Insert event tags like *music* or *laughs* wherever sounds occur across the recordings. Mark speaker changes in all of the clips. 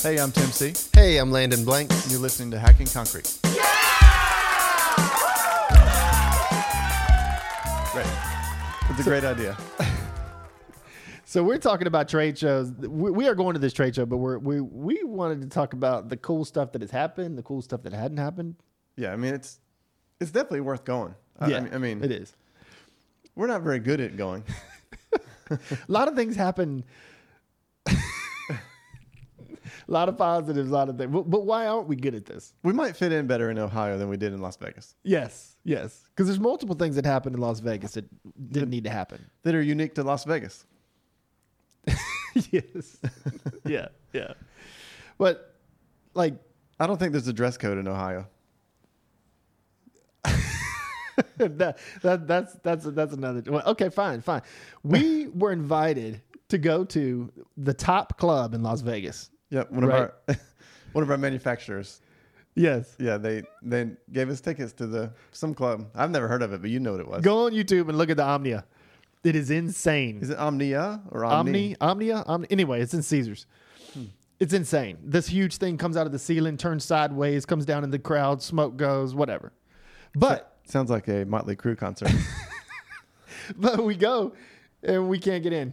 Speaker 1: Hey, I'm Tim C.
Speaker 2: Hey, I'm Landon Blanks.
Speaker 1: You're listening to Hacking Concrete. Great. That's a great idea.
Speaker 2: So we're talking about trade shows. We, we are going to this trade show, but we're, we we wanted to talk about the cool stuff that has happened, the cool stuff that hadn't happened.
Speaker 1: Yeah, I mean it's it's definitely worth going. I, I mean, I mean
Speaker 2: it is.
Speaker 1: we're not very good at going.
Speaker 2: A lot of things happen. *laughs* A lot of positives, a lot of things. But, but why aren't we good at this?
Speaker 1: We might fit in better in Ohio than we did in Las Vegas
Speaker 2: Yes, yes. Because there's multiple things that happened in Las Vegas that didn't need to happen.
Speaker 1: that are unique to Las Vegas.
Speaker 2: *laughs* yes. *laughs* yeah, yeah. But like,
Speaker 1: I don't think there's a dress code in Ohio.
Speaker 2: *laughs* that, that that's that's that's another well, okay fine fine we *laughs* were invited to go to the top club in las vegas
Speaker 1: Yep, one of
Speaker 2: Right.
Speaker 1: our *laughs* one of our manufacturers.
Speaker 2: yes
Speaker 1: Yeah, they they gave us tickets to the some club. I've never heard of it, but you know what it was.
Speaker 2: go on youtube and look at the omnia it is insane
Speaker 1: Is it Omnia or Omni?
Speaker 2: omni omnia Omni- anyway it's in caesars Hmm. it's insane this huge thing comes out of the ceiling turns sideways comes down in the crowd smoke goes whatever but *laughs*
Speaker 1: Sounds like a Motley Crue concert.
Speaker 2: but we go and we can't get *laughs* in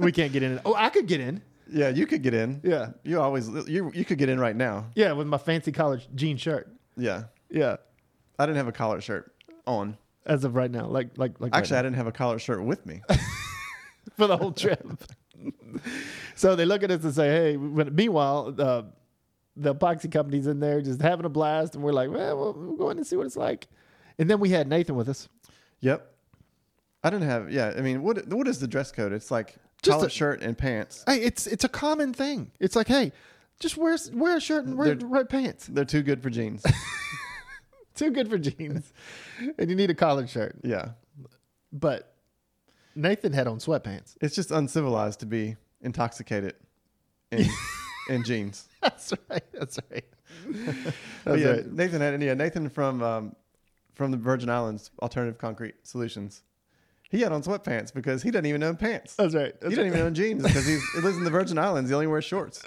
Speaker 2: we can't get in oh i could get in
Speaker 1: yeah, you could get in.
Speaker 2: yeah
Speaker 1: You always you you could get in right now.
Speaker 2: yeah with my fancy college jean shirt
Speaker 1: Yeah,
Speaker 2: yeah
Speaker 1: I didn't have a collared shirt on.
Speaker 2: as of right now. Like like like right
Speaker 1: Actually, I didn't have a collared shirt with
Speaker 2: *laughs*
Speaker 1: me.
Speaker 2: now, *laughs* for the whole trip. so they look at us and say, "Hey." When, meanwhile, uh, the epoxy company's in there just having a blast, and we're like, "Well, we'll, we'll go in and see what it's like." And then we had Nathan with us.
Speaker 1: yep, I didn't have. Yeah, I mean, what what is the dress code? It's like
Speaker 2: Just
Speaker 1: collared
Speaker 2: a-
Speaker 1: shirt and pants.
Speaker 2: Hey, it's it's a common thing. It's like, hey, just wear s- wear a shirt and wear
Speaker 1: They're-
Speaker 2: red pants.
Speaker 1: They're too good for
Speaker 2: *laughs*
Speaker 1: jeans.
Speaker 2: Too good for jeans, *laughs* and you need a collared shirt.
Speaker 1: yeah,
Speaker 2: But Nathan had on sweatpants.
Speaker 1: it's just uncivilized to be intoxicated
Speaker 2: *laughs*
Speaker 1: in in jeans.
Speaker 2: *laughs* That's right. That's right.
Speaker 1: But
Speaker 2: *laughs* That's
Speaker 1: yeah,
Speaker 2: right.
Speaker 1: Nathan had yeah Nathan from um, from the Virgin Islands Alternative Concrete Solutions. He had on sweatpants because he doesn't even own pants.
Speaker 2: That's right. That's
Speaker 1: he
Speaker 2: right.
Speaker 1: doesn't even own jeans because he's, he lives in the Virgin Islands. He only wears shorts.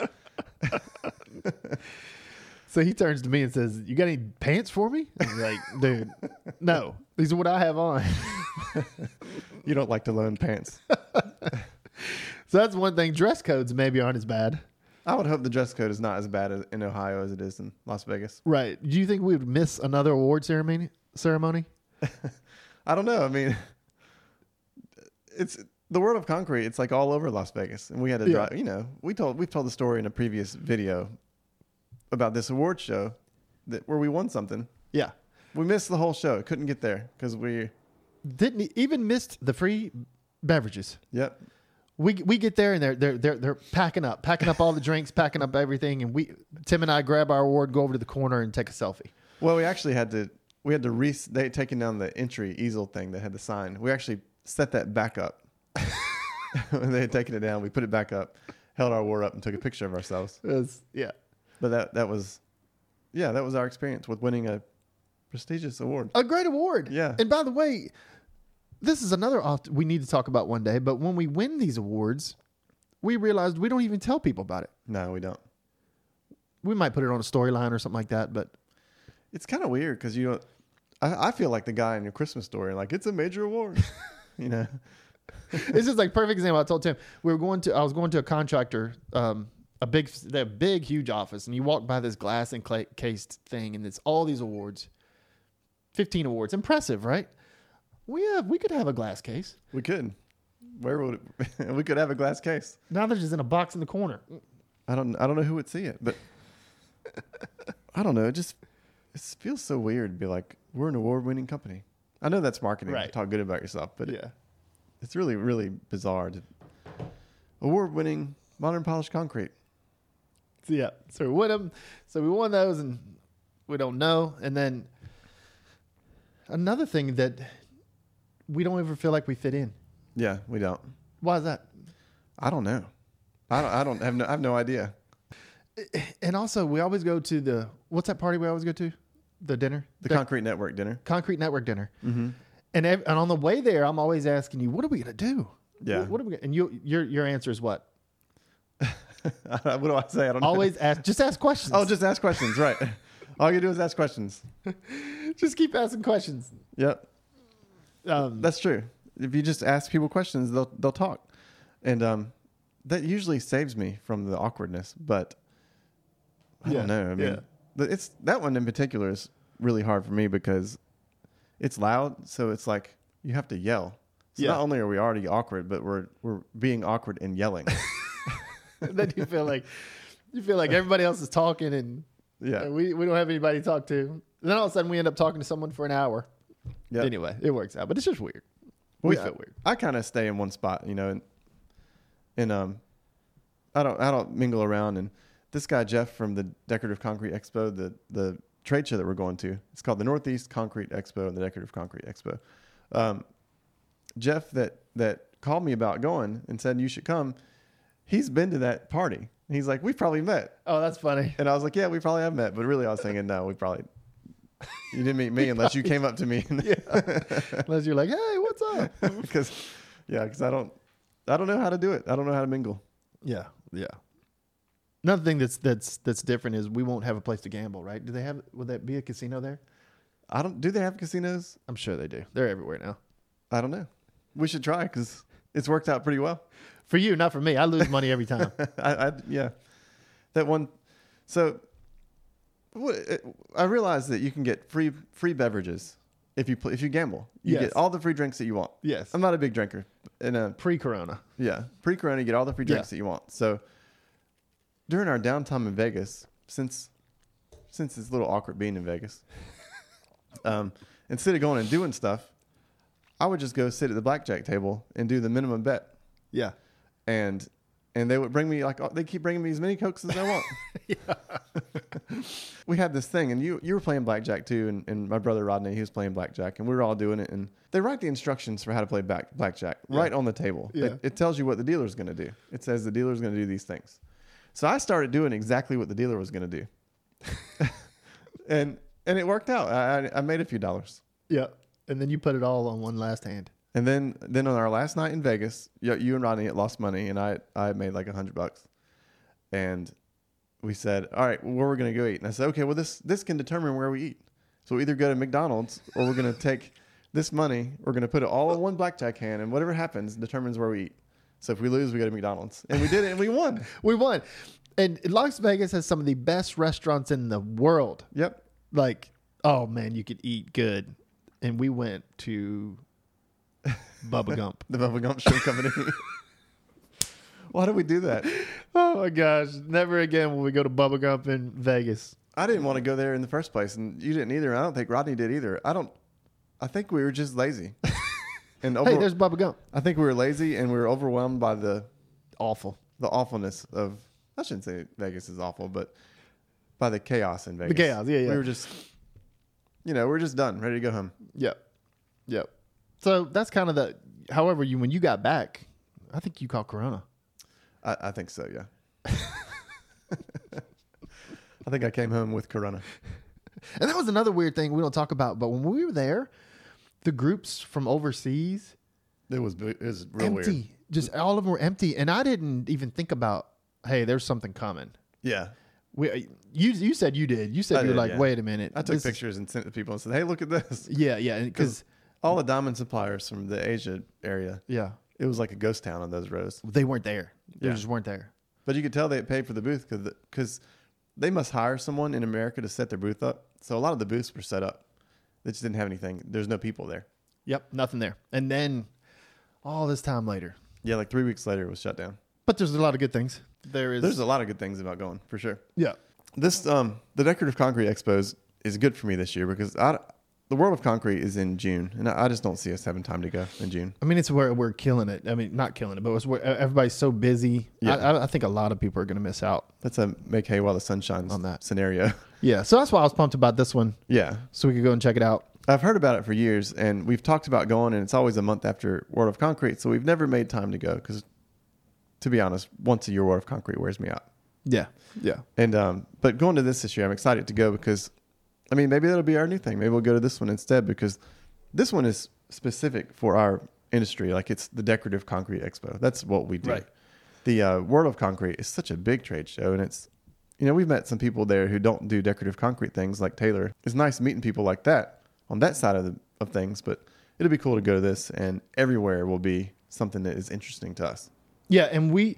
Speaker 2: So he turns to me and says, "You got any pants for me?" I'm like, dude, no. These are what I have on. *laughs*
Speaker 1: You don't like to loan pants.
Speaker 2: So that's one thing. Dress codes maybe aren't as bad,
Speaker 1: I would hope the dress code is not as bad as, in Ohio as it is in Las Vegas.
Speaker 2: right? Do you think we would miss another award ceremony? Ceremony?
Speaker 1: I don't know. I mean, *laughs* it's the world of concrete. It's like all over Las Vegas, and we had to
Speaker 2: Yeah.
Speaker 1: drive. You know, we told we've told the story in a previous video about this award show that where we won something.
Speaker 2: Yeah.
Speaker 1: We missed the whole show. Couldn't get there because we.
Speaker 2: Didn't e- even missed the free beverages.
Speaker 1: Yep.
Speaker 2: We we get there and they're they're they're they're packing up, packing up all the drinks, packing up everything, and we Tim and I grab our award, go over to the corner, and take a selfie.
Speaker 1: Well, we actually had to. We had to re. They had taken down the entry easel thing that had the sign. We actually set that back up. *laughs* they had taken it down. We put it back up, held our award up, and took a picture of ourselves.
Speaker 2: That's- yeah.
Speaker 1: But that that was, yeah, that was our experience with winning a prestigious award.
Speaker 2: a great award.
Speaker 1: Yeah.
Speaker 2: And by the way, this is another off we need to talk about one day. But when we win these awards, we realized we don't even tell people about it.
Speaker 1: No, we don't.
Speaker 2: We might put it on a storyline or something like that. But *laughs*
Speaker 1: It's kind of weird because you don't. I, I feel like the guy in your Christmas story, like it's a major award. *laughs* you know,
Speaker 2: it's just like perfect example. I told Tim we were going to. I was going to a contractor, um, a big, their big, huge office, and you walk by this glass and cla- cased thing, and it's all these awards, fifteen awards. Impressive, right? We have we could have a glass case.
Speaker 1: we could. Where would *laughs* it, we could have a glass case?
Speaker 2: Now they're just in a box in the corner.
Speaker 1: I don't. I don't know who would see it, but I don't know. It just it feels so weird to be like we're an award-winning company. I know that's marketing.
Speaker 2: Right.
Speaker 1: Talk good about yourself, but it-
Speaker 2: Yeah.
Speaker 1: it's really, really bizarre. To, award-winning modern polished concrete.
Speaker 2: *laughs* So, yeah. So we won them. So we won those, and we don't know. And then another thing that we don't ever feel like we fit in.
Speaker 1: Yeah, we don't.
Speaker 2: Why is that?
Speaker 1: I don't know. I don't. I don't have no. I have no idea.
Speaker 2: And also, we always go to the what's that party we always go to? The dinner,
Speaker 1: The Concrete Network dinner. *laughs*
Speaker 2: Concrete Network dinner. Mm-hmm. And ev- and on the way there, I'm always asking you, what are we gonna do?
Speaker 1: Yeah.
Speaker 2: *laughs* What, what are we? Gonna, and you your your answer is what?
Speaker 1: what do I say? I don't know.
Speaker 2: Always ask. Just ask questions.
Speaker 1: Oh, just ask questions, right? *laughs* All you do is ask questions.
Speaker 2: *laughs* just keep asking questions.
Speaker 1: Yep,
Speaker 2: Um, *laughs*
Speaker 1: that's true. If you just ask people questions, they'll they'll talk, and um, that usually saves me from the awkwardness. But I
Speaker 2: Yeah,
Speaker 1: don't know. I mean,
Speaker 2: yeah.
Speaker 1: th- it's that one in particular is really hard for me because it's loud, so it's like you have to yell. So
Speaker 2: Yeah.
Speaker 1: not only are we already awkward, but we're we're being awkward and yelling. *laughs*
Speaker 2: then you feel like you feel *laughs* like everybody else is talking and
Speaker 1: yeah,
Speaker 2: and we, we don't have anybody to talk to. And then all of a sudden we end up talking to someone for an hour.
Speaker 1: Yeah.
Speaker 2: Anyway, it works out, but it's just weird. *laughs*
Speaker 1: Well,
Speaker 2: We
Speaker 1: yeah,
Speaker 2: feel weird.
Speaker 1: I kind of stay in one spot, you know, and and um, I don't I don't mingle around. And this guy Jeff from the Decorative Concrete Expo, the the trade show that we're going to, it's called the Northeast Concrete Expo and the Decorative Concrete Expo. Um, Jeff that that called me about going and said you should come. He's been to that party. He's like, we've probably met,
Speaker 2: Oh, that's funny.
Speaker 1: and I was like, yeah, we probably have met. But really, I was thinking, no, we probably you didn't meet me unless you
Speaker 2: *laughs*
Speaker 1: came up to me.
Speaker 2: Unless you're like, hey, what's up?
Speaker 1: *laughs* because yeah because i don't i don't know how to do it i don't know how to mingle
Speaker 2: *laughs* yeah, yeah. Another thing that's that's that's different is we won't have a place to gamble, right? Do they have? Would that be a casino there?
Speaker 1: i don't do they have casinos
Speaker 2: I'm sure they do. They're everywhere now.
Speaker 1: i don't know we should try because it's worked out pretty well *laughs*
Speaker 2: For you, not for me. I lose money every time.
Speaker 1: I, I yeah that one so what, uh, i realized that you can get free free beverages if you pl- if you gamble you
Speaker 2: Yes.
Speaker 1: get all the free drinks that you want
Speaker 2: *laughs* yes.
Speaker 1: i'm not a big drinker and uh
Speaker 2: Pre-corona.
Speaker 1: yeah pre-corona you get all the free drinks
Speaker 2: Yeah.
Speaker 1: that you want so during our downtime in vegas since since it's a little awkward being in Vegas, um, instead of going and doing stuff, I would just go sit at the blackjack table and do the minimum bet,
Speaker 2: Yeah.
Speaker 1: and and they would bring me like oh, they keep bringing me as many cokes as I
Speaker 2: *laughs*
Speaker 1: want. *laughs* we had this thing, and you you were playing blackjack too, and, and my brother Rodney he was playing blackjack, and we were all doing it, and they write the instructions for how to play back, blackjack right on the table.
Speaker 2: Yeah.
Speaker 1: It, it tells you what the dealer's going to do. It says the dealer's going to do these things. So I started doing exactly what the dealer was going to
Speaker 2: *laughs*
Speaker 1: do, *laughs* and and it worked out. I, I I made a few dollars.
Speaker 2: Yeah. And then you put it all on one last hand.
Speaker 1: And then, then on our last night in Vegas, you, you and Rodney had lost money, and I I made like a hundred bucks, and we said, all right, where we're gonna go eat? And I said, okay, well this this can determine where we eat. So we either go to McDonald's or we're gonna take this money, we're gonna put it all in one blackjack hand, and whatever happens determines where we eat. So if we lose, we go to McDonald's, and we did it, and we won.
Speaker 2: We won. And Las Vegas has some of the best restaurants in the world.
Speaker 1: Yep,
Speaker 2: Like, oh man, you could eat good. And we went to *laughs* Bubba Gump.
Speaker 1: the Bubba Gump Shrimp Company. *laughs* Why did we do that?
Speaker 2: Oh my gosh. Never again will we go to Bubba Gump in Vegas.
Speaker 1: I didn't want to go there in the first place, and you didn't either. and I don't think Rodney did either. I don't. I think we were just *laughs* lazy, and over,
Speaker 2: Hey, there's Bubba Gump.
Speaker 1: I think we were lazy, and we were overwhelmed by the
Speaker 2: Awful.
Speaker 1: the awfulness of. I shouldn't say Vegas is awful, but by the chaos in Vegas.
Speaker 2: chaos, yeah, yeah.
Speaker 1: We were just, you know, we are just done, ready to go home.
Speaker 2: Yep. Yep. So that's kind of the however you when you got back, I think you caught Corona.
Speaker 1: I, I think so. *laughs* Yeah. I think I came home with Corona.
Speaker 2: And that was another weird thing we don't talk about, but when we were there, the groups from overseas
Speaker 1: It was bu- it was real
Speaker 2: empty.
Speaker 1: weird.
Speaker 2: Just all of them were empty, and I didn't even think about, hey, there's something coming.
Speaker 1: Yeah.
Speaker 2: We, uh, you, you said you did. You
Speaker 1: I
Speaker 2: said you were
Speaker 1: did,
Speaker 2: like,
Speaker 1: yeah.
Speaker 2: wait a minute.
Speaker 1: I took
Speaker 2: this is-
Speaker 1: pictures and sent to people and said, "Hey, look at this."
Speaker 2: Yeah, yeah, because
Speaker 1: All the diamond suppliers from the Asia area
Speaker 2: yeah,
Speaker 1: It was like a ghost town on those rows.
Speaker 2: they weren't there. They
Speaker 1: Yeah.
Speaker 2: just weren't there.
Speaker 1: But you could tell they had paid for the booth because they must hire someone in America to set their booth up. So a lot of the booths were set up. They just didn't have anything. There's no people there.
Speaker 2: Yep, nothing there. And then all this time later,
Speaker 1: Yeah, like three weeks later, it was shut down.
Speaker 2: but there's a lot of good things. There is.
Speaker 1: There's a lot of good things about going for sure.
Speaker 2: yeah,
Speaker 1: This um, the decorative concrete expos is good for me this year because I, the world of concrete is in June, and I I just don't see us having time to go in June.
Speaker 2: I mean, it's where we're killing it. I mean, not killing it, but it's where e-, everybody's so busy.
Speaker 1: Yeah.
Speaker 2: I, I- I think a lot of people are going to miss out
Speaker 1: That's a make hay while the sun shines
Speaker 2: On that.
Speaker 1: scenario. *laughs*
Speaker 2: Yeah, so that's why I was pumped about this one,
Speaker 1: yeah,
Speaker 2: so we could go and check it out.
Speaker 1: I've heard about it for years, and we've talked about going, and it's always a month after World of Concrete, so we've never made time to go because, to be honest, once a year World of Concrete wears me out.
Speaker 2: Yeah, yeah,
Speaker 1: And um, but going to this this year, I'm excited to go because, I mean, maybe that'll be our new thing. Maybe we'll go to this one instead because this one is specific for our industry. Like it's the decorative concrete expo. That's what we do.
Speaker 2: Right.
Speaker 1: the uh, World of Concrete is such a big trade show, and it's you know we've met some people there who don't do decorative concrete things like Taylor. It's nice meeting people like that on that side of the of things, but it'll be cool to go to this, and everywhere will be something that is interesting to us.
Speaker 2: Yeah, and we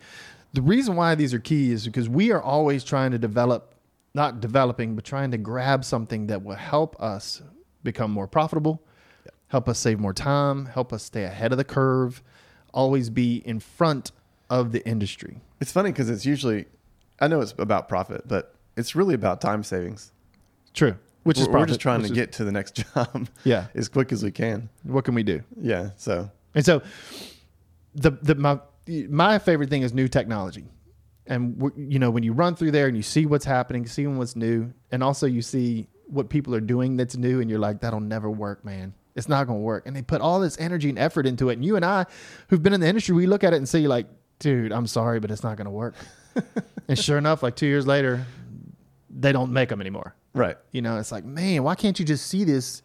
Speaker 2: the reason why these are key is because we are always trying to develop not developing, but trying to grab something that will help us become more profitable, help us save more time, help us stay ahead of the curve, always be in front of the industry.
Speaker 1: It's funny because it's usually I know it's about profit, but it's really about time savings.
Speaker 2: True. Which is
Speaker 1: we're, we're
Speaker 2: profit,
Speaker 1: just trying
Speaker 2: which
Speaker 1: to
Speaker 2: is-
Speaker 1: get to the next *laughs* job
Speaker 2: Yeah.
Speaker 1: as quick as we can.
Speaker 2: What can we do?
Speaker 1: Yeah, so
Speaker 2: And so, the the my my favorite thing is new technology, and w- you know when you run through there and you see what's happening, seeing what's new, and also you see what people are doing that's new, and you're like, that'll never work, man. It's not going to work. And they put all this energy and effort into it. And you and I, who've been in the industry, we look at it and see like, dude, I'm sorry, but it's not going to work. and sure enough, like two years later, they don't make them anymore.
Speaker 1: right.
Speaker 2: You know, it's like, man, why can't you just see this?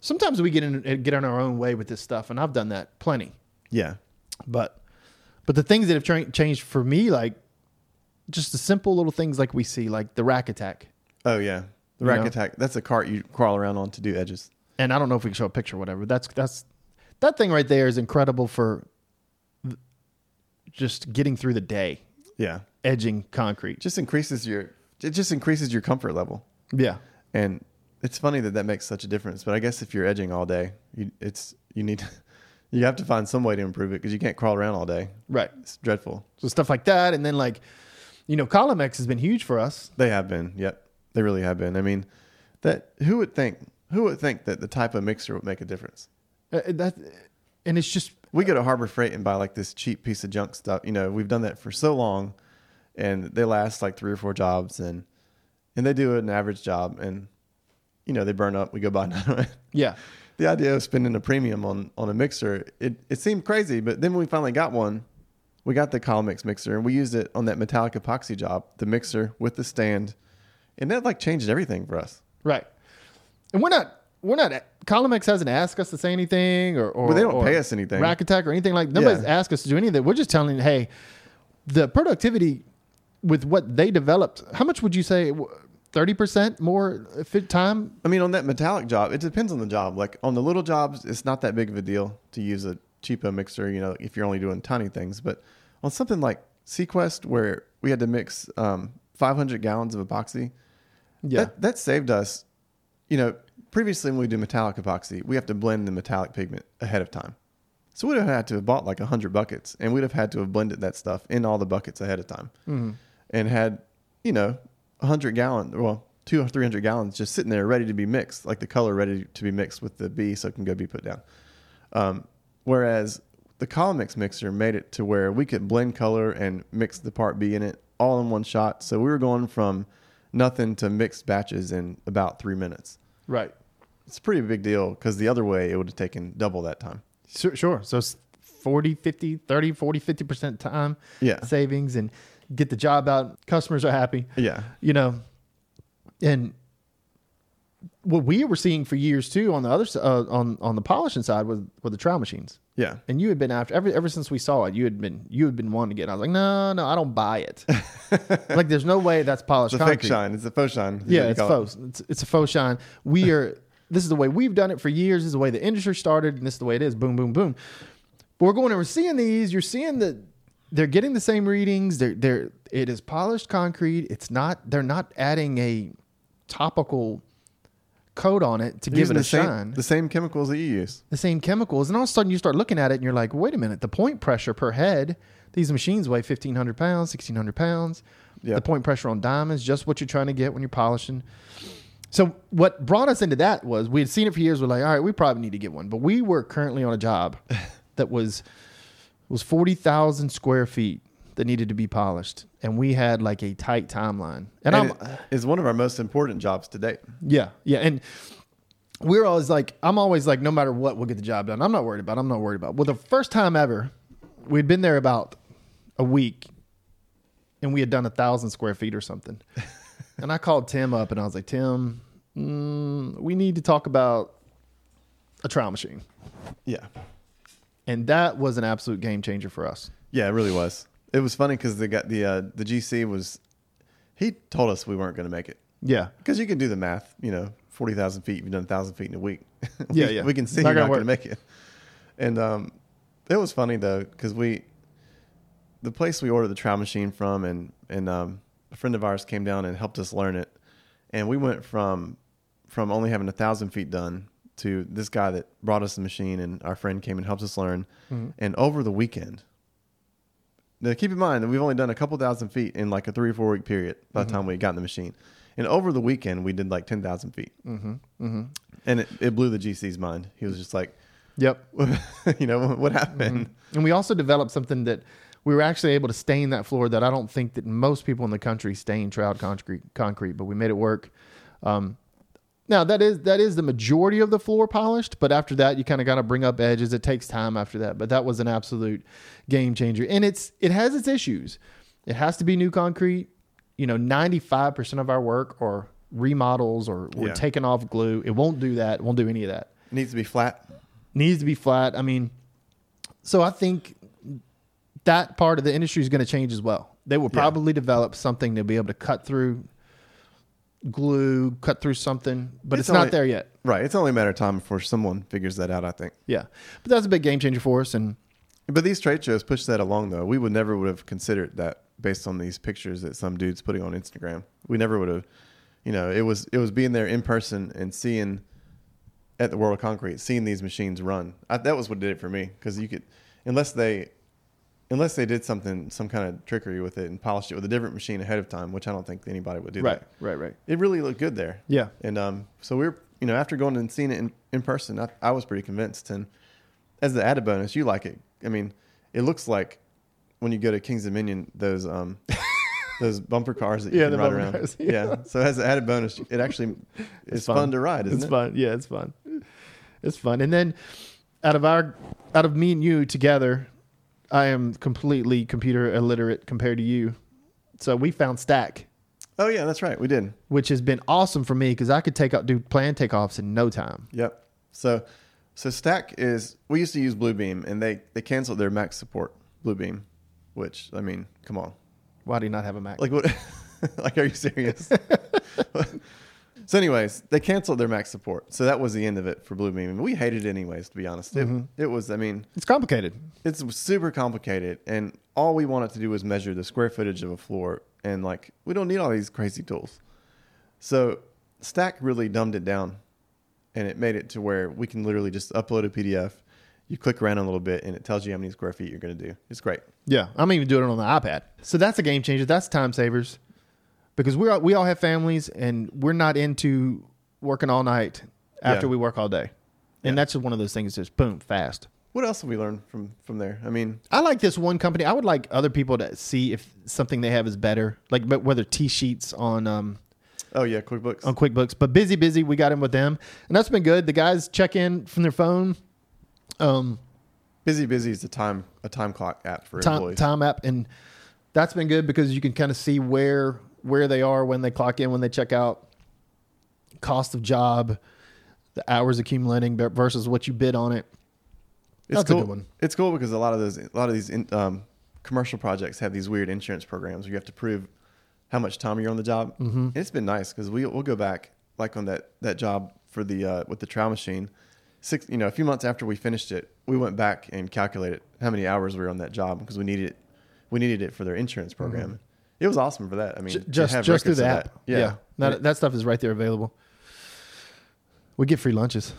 Speaker 2: Sometimes we get in eh, get in our own way with this stuff, and I've done that plenty.
Speaker 1: Yeah.
Speaker 2: But but the things that have tra- changed for me, like just the simple little things like we see, like the rack attack.
Speaker 1: Oh yeah. The
Speaker 2: You
Speaker 1: rack
Speaker 2: know?
Speaker 1: attack. That's a cart you crawl around on to do edges.
Speaker 2: And I don't know if we can show a picture or whatever. That's that's that thing right there is incredible for th- just getting through the day,
Speaker 1: Yeah.
Speaker 2: edging concrete.
Speaker 1: Just increases your it just increases your comfort level.
Speaker 2: Yeah.
Speaker 1: And it's funny that that makes such a difference, but I guess if you're edging all day, you it's you need *laughs* you have to find some way to improve it because you can't crawl around all day.
Speaker 2: Right.
Speaker 1: It's dreadful.
Speaker 2: So stuff like that. And then like, you know, column X has been huge for us.
Speaker 1: They have been. Yep. They really have been. I mean, that who would think who would think that the type of mixer would make a difference?
Speaker 2: Uh, that and it's just
Speaker 1: we go to Harbor Freight and buy like this cheap piece of junk stuff. You know, we've done that for so long, and they last like three or four jobs, and and they do an average job, and you know they burn up. We go buy another one. *laughs*
Speaker 2: yeah.
Speaker 1: The idea of spending a premium on on a mixer, it it seemed crazy, but then when we finally got one. We got the Colmix mixer, and we used it on that metallic epoxy job. The mixer with the stand, and that like changed everything for us.
Speaker 2: Right. And we're not we're not Column X hasn't asked us to say anything or, or
Speaker 1: Well, they don't
Speaker 2: or
Speaker 1: pay us anything.
Speaker 2: Rack attack or anything like nobody's
Speaker 1: Yeah.
Speaker 2: asked us to do anything. We're just telling hey, the productivity with what they developed, how much would you say thirty percent more fit time?
Speaker 1: I mean, on that metallic job, it depends on the job. Like on the little jobs, it's not that big of a deal to use a cheapo mixer, you know, if you're only doing tiny things. But on something like Sequest, where we had to mix um, 500 gallons of epoxy,
Speaker 2: Yeah.
Speaker 1: that, that saved us. You know, previously when we do metallic epoxy, we have to blend the metallic pigment ahead of time. So we'd have had to have bought like 100 buckets and we'd have had to have blended that stuff in all the buckets ahead of time and had, you know, 100 gallon, well, two or 300 gallons just sitting there ready to be mixed, like the color ready to be mixed with the B so it can go be put down. Um, whereas the Colmix mixer made it to where we could blend color and mix the part B in it all in one shot. So we were going from nothing to mixed batches in about three minutes.
Speaker 2: right.
Speaker 1: It's a pretty big deal because the other way it would have taken double that time.
Speaker 2: Sure, sure. So it's 40, 50, 30, 40, 50% time
Speaker 1: Yeah.
Speaker 2: savings and get the job out. Customers are happy.
Speaker 1: Yeah.
Speaker 2: you know, and what we were seeing for years too on the other s- uh, on on the polishing side was with the trial machines.
Speaker 1: Yeah.
Speaker 2: And you had been after ever ever since we saw it, you had been you had been wanting to get. It. I was like, no, no, I don't buy
Speaker 1: *laughs*
Speaker 2: it. like, there's no way that's polished
Speaker 1: It's a
Speaker 2: concrete.
Speaker 1: fake shine. It's a faux shine. is what
Speaker 2: Yeah,
Speaker 1: you
Speaker 2: it's
Speaker 1: call it.
Speaker 2: faux. It's, it's a faux shine. We are. this is the way we've done it for years. This is the way the industry started, and this is the way it is. Boom, boom, boom. But we're going and we're seeing these. You're seeing that they're getting the same readings. They're they're it is polished concrete. It's not. They're not adding a topical coat on it to
Speaker 1: They're using
Speaker 2: give it a
Speaker 1: the same,
Speaker 2: shine.
Speaker 1: The same chemicals that you use.
Speaker 2: The same chemicals, and all of a sudden you start looking at it, and you're like, wait a minute. The point pressure per head. These machines weigh 1,500 pounds, 1,600 pounds.
Speaker 1: Yeah.
Speaker 2: The point pressure on diamonds, just what you're trying to get when you're polishing. So what brought us into that was we had seen it for years. We're like, all right, we probably need to get one, but we were currently on
Speaker 1: *laughs*
Speaker 2: a job that was was forty thousand square feet that needed to be polished, and we had like a tight timeline. And,
Speaker 1: And,
Speaker 2: I'm
Speaker 1: it is one of our most important jobs to date.
Speaker 2: yeah, yeah, and we're always like, I'm always like, no matter what, we'll get the job done. I'm not worried about. it. I'm not worried about. it. Well, the first time ever, we'd been there about a week, and we had done a thousand square feet or something. and I called Tim up, and I was like, Tim, mm, we need to talk about a trial machine,
Speaker 1: Yeah.
Speaker 2: and that was an absolute game changer for us.
Speaker 1: Yeah, it really was. It was funny because the guy, the uh, the GC was, he told us we weren't going to make it
Speaker 2: Yeah.
Speaker 1: because you can do the math. You know, forty thousand feet. You've done thousand feet in a week. *laughs* we,
Speaker 2: Yeah, yeah.
Speaker 1: We can see
Speaker 2: Not
Speaker 1: you're not
Speaker 2: gonna
Speaker 1: going to make it. And um, it was funny though because we, the place we ordered the trial machine from, and and um, a friend of ours came down and helped us learn it, and we went from from only having a thousand feet done to this guy that brought us the machine and our friend came and helped us learn
Speaker 2: Mm-hmm.
Speaker 1: and over the weekend now keep in mind that we've only done a couple thousand feet in like a three or four week period by
Speaker 2: Mm-hmm.
Speaker 1: the time we got in the machine and over the weekend we did like 10,000 feet
Speaker 2: Mm-hmm. Mm-hmm.
Speaker 1: and it, it blew the gc's mind he was just like *laughs*
Speaker 2: Yep.
Speaker 1: you know what happened
Speaker 2: And we also developed something that we were actually able to stain that floor that I don't think that most people in the country stain trowed concrete, concrete but we made it work. Um, now that is that is the majority of the floor polished, but after that you kind of got to bring up edges. It takes time after that, but that was an absolute game changer. And it's it has its issues. It has to be new concrete. You know, ninety five percent of our work are remodels or we're
Speaker 1: Yeah.
Speaker 2: taking off glue. It won't do that. It won't do any of that
Speaker 1: it needs to be flat
Speaker 2: needs to be flat. I mean, so I think that part of the industry is going to change as well. They will
Speaker 1: Yeah.
Speaker 2: probably develop something to be able to cut through glue, cut through something, but it's,
Speaker 1: It's
Speaker 2: not
Speaker 1: only-
Speaker 2: there yet.
Speaker 1: right it's only a matter of time before someone figures that out i think
Speaker 2: Yeah. But that's a big game changer for us. And
Speaker 1: But these trade shows push that along, though. We would never would have considered that based on these pictures that some dudes putting on Instagram. We never would have, you know, it was it was being there in person and seeing at the World of Concrete, seeing these machines run. I, that was what did it for me because you could, unless they, unless they did something, some kind of trickery with it and polished it with a different machine ahead of time, which I don't think anybody would do.
Speaker 2: right,
Speaker 1: that.
Speaker 2: right, right.
Speaker 1: it really looked good there.
Speaker 2: Yeah.
Speaker 1: And um, so we were, you know, after going and seeing it in, in person, I, I was pretty convinced. And as the added bonus, you like it. I mean, it looks like when you go to King's Dominion, those um,
Speaker 2: *laughs*
Speaker 1: those bumper cars that you
Speaker 2: Yeah,
Speaker 1: can
Speaker 2: the
Speaker 1: ride
Speaker 2: bumper
Speaker 1: around.
Speaker 2: cars,
Speaker 1: yeah.
Speaker 2: yeah.
Speaker 1: So as the added bonus, it actually it's fun.
Speaker 2: fun.
Speaker 1: to ride, isn't
Speaker 2: *laughs* it's
Speaker 1: it?
Speaker 2: fun. Yeah, it's fun. It's fun. And then out of our out of me and you together, I am completely computer illiterate compared to you. So we found stack.
Speaker 1: Oh yeah, that's right. We did.
Speaker 2: which has been awesome for me because I could take out do plan takeoffs in no time.
Speaker 1: Yep. So so Stack is we used to use Bluebeam and they they canceled their Mac support Bluebeam, which I mean, come on.
Speaker 2: Why do you not have a Mac?
Speaker 1: Like what? *laughs* like are you serious? *laughs* so, anyways, they canceled their Mac support, so that was the end of it for Bluebeam, and we hated it anyways. To be honest, it, it was. I mean,
Speaker 2: it's complicated.
Speaker 1: it's super complicated, and all we wanted to do was measure the square footage of a floor, and like we don't need all these crazy tools. So Stack really dumbed it down, and it made it to where we can literally just upload a PDF. You click around a little bit, and it tells you how many square feet you're going to do. It's great.
Speaker 2: Yeah, I'm even doing it on the iPad. So that's a game changer. That's time savers because we are we all have families and we're not into working all night after
Speaker 1: Yeah.
Speaker 2: we work all day. And
Speaker 1: Yeah.
Speaker 2: that's just one of those things that's boom fast.
Speaker 1: What else did we learn from from there? I mean,
Speaker 2: I like this one company. I would like other people to see if something they have is better, like but whether T sheets on um,
Speaker 1: oh yeah, QuickBooks.
Speaker 2: on QuickBooks. But busy, busy. We got in with them, and that's been good. The guys check in from their phone. Um,
Speaker 1: Busy Busy is a time a time clock app for
Speaker 2: time,
Speaker 1: employees.
Speaker 2: time app and that's been good because you can kind of see where where they are when they clock in when they check out cost of job the hours accumulating ver- versus what you bid on it
Speaker 1: It's
Speaker 2: That's a
Speaker 1: cool.
Speaker 2: good one.
Speaker 1: It's cool because a lot of those a lot of these in, um, commercial projects have these weird insurance programs where you have to prove how much time you're on the job. Mm-hmm. And it's been nice because we we'll go back like on that that job for the uh, with the trial machine. Six, you know, a few months after we finished it, we went back and calculated how many hours we were on that job because we needed it. We needed it for their insurance program. It was awesome for that. I mean,
Speaker 2: J-
Speaker 1: to
Speaker 2: Mm-hmm. just
Speaker 1: have
Speaker 2: just through
Speaker 1: records
Speaker 2: the
Speaker 1: of
Speaker 2: app
Speaker 1: That. Yeah,
Speaker 2: That, that stuff is right there available we get free lunches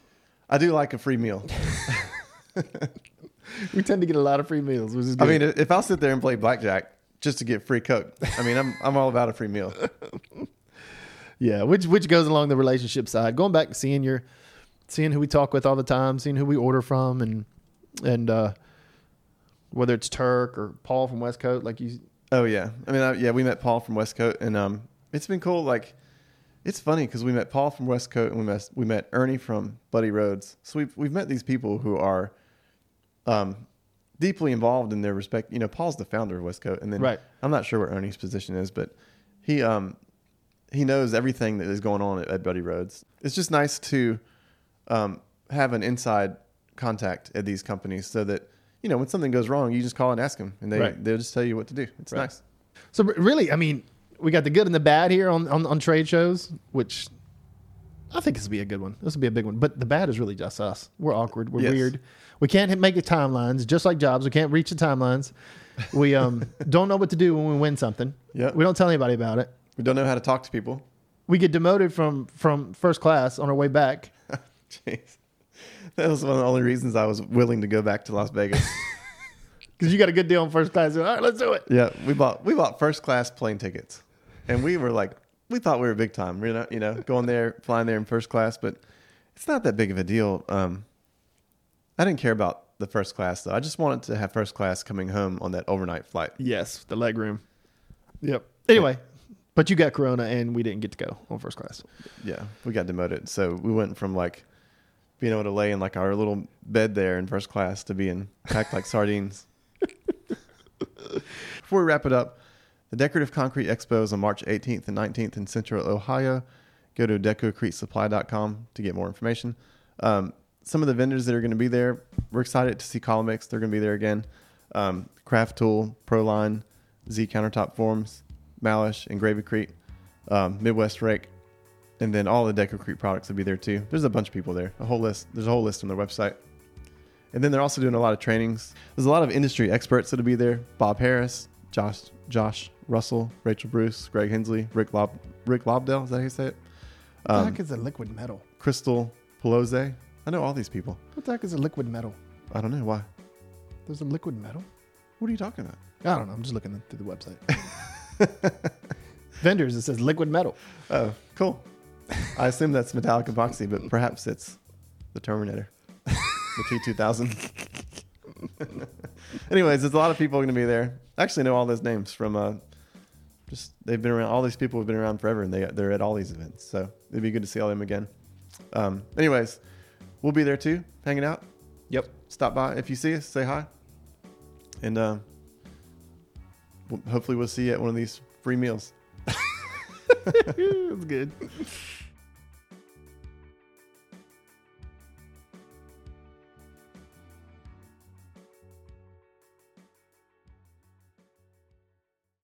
Speaker 2: *laughs*
Speaker 1: I do like a free meal.
Speaker 2: we tend to get a lot of free meals which is
Speaker 1: I mean, if I'll sit there and play blackjack just to get free coke, I mean, I'm I'm all about a free meal.
Speaker 2: Yeah, which which goes along the relationship side. Going back and seeing your seeing who we talk with all the time, seeing who we order from and and uh whether it's Turk or Paul from West Coast, like you
Speaker 1: Oh yeah, I mean, I, yeah, we met Paul from Westcote, and um, it's been cool. Like, it's funny because we met Paul from Westcote, and we met we met Ernie from Buddy Rhodes. So we've we've met these people who are, um, deeply involved in their respect. You know, Paul's the founder of Westcote, and then
Speaker 2: Right.
Speaker 1: I'm not sure what Ernie's position is, but he um he knows everything that is going on at, at Buddy Rhodes. It's just nice to um, have an inside contact at these companies so that you know, when something goes wrong, you just call and ask them, and they
Speaker 2: Right.
Speaker 1: they'll just tell you what to do. It's
Speaker 2: Right.
Speaker 1: nice.
Speaker 2: So r- really, I mean, we got the good and the bad here on, on, on trade shows, which I think this would be a good one. This would be a big one. But the bad is really just us. We're awkward. We're
Speaker 1: Yes.
Speaker 2: weird. We can't hit- make the timelines, just like jobs. We can't reach the timelines. We um, don't know what to do when we win something.
Speaker 1: Yep.
Speaker 2: We don't tell anybody about it.
Speaker 1: We don't know how to talk to people. *laughs*
Speaker 2: We get demoted from from first class on our way back.
Speaker 1: Jeez, that was one of the only reasons I was willing to go back to Las
Speaker 2: *laughs*
Speaker 1: Vegas.
Speaker 2: Because you got a good deal on first class. All right, let's do it.
Speaker 1: yeah, we bought we bought first class plane tickets, and we were like, we thought we were big time. You know, you know, going there, flying there in first class, but it's not that big of a deal. Um, I didn't care about the first class though. I just wanted to have first class coming home on that overnight flight.
Speaker 2: Yes, the leg room. Yep. Anyway, but you got corona and we didn't get to go on first class.
Speaker 1: Yeah, we got demoted. So we went from like being able to lay in like our little bed there in first class to being packed like sardines. Before we wrap it up, the Decorative Concrete Expo is on March 18th and 19th in Central Ohio. Go to decocretesupply.com to get more information. Um, some of the vendors that are going to be there, we're excited to see Columix. They're going to be there again. Um, Craft Tool, Proline, Z Countertop Forms, Malish, Engraving Crete, um, Midwest Rake, and then all the DecoCrete products will be there too. There's a bunch of people there. A whole list. There's a whole list on their website. And then they're also doing a lot of trainings. There's a lot of industry experts that'll be there. Bob Harris, Josh Josh Russell, Rachel Bruce, Greg Hensley, Rick Lob Rick Lobdell, is that how you say it?
Speaker 2: What
Speaker 1: Um,
Speaker 2: the heck is a liquid metal?
Speaker 1: Crystal Pelosi. I know all these people.
Speaker 2: What the heck is a liquid metal?
Speaker 1: I don't know why.
Speaker 2: There's a liquid metal?
Speaker 1: What are you talking about?
Speaker 2: I don't know. I'm just looking through the website. *laughs* Vendors, it says liquid metal.
Speaker 1: Oh, cool. I assume that's metallic epoxy, but perhaps it's the Terminator, the T two thousand. *laughs* Anyways, there's a lot of people going to be there. I actually know all those names from uh, just they've been around. All these people have been around forever, and they they're at all these events. So it'd be good to see all them again. Um, anyways, we'll be there too, hanging out.
Speaker 2: *laughs*
Speaker 1: Yep. Stop by if you see us, say hi, and um, we'll- hopefully we'll see you at one of these free meals.
Speaker 2: It's good.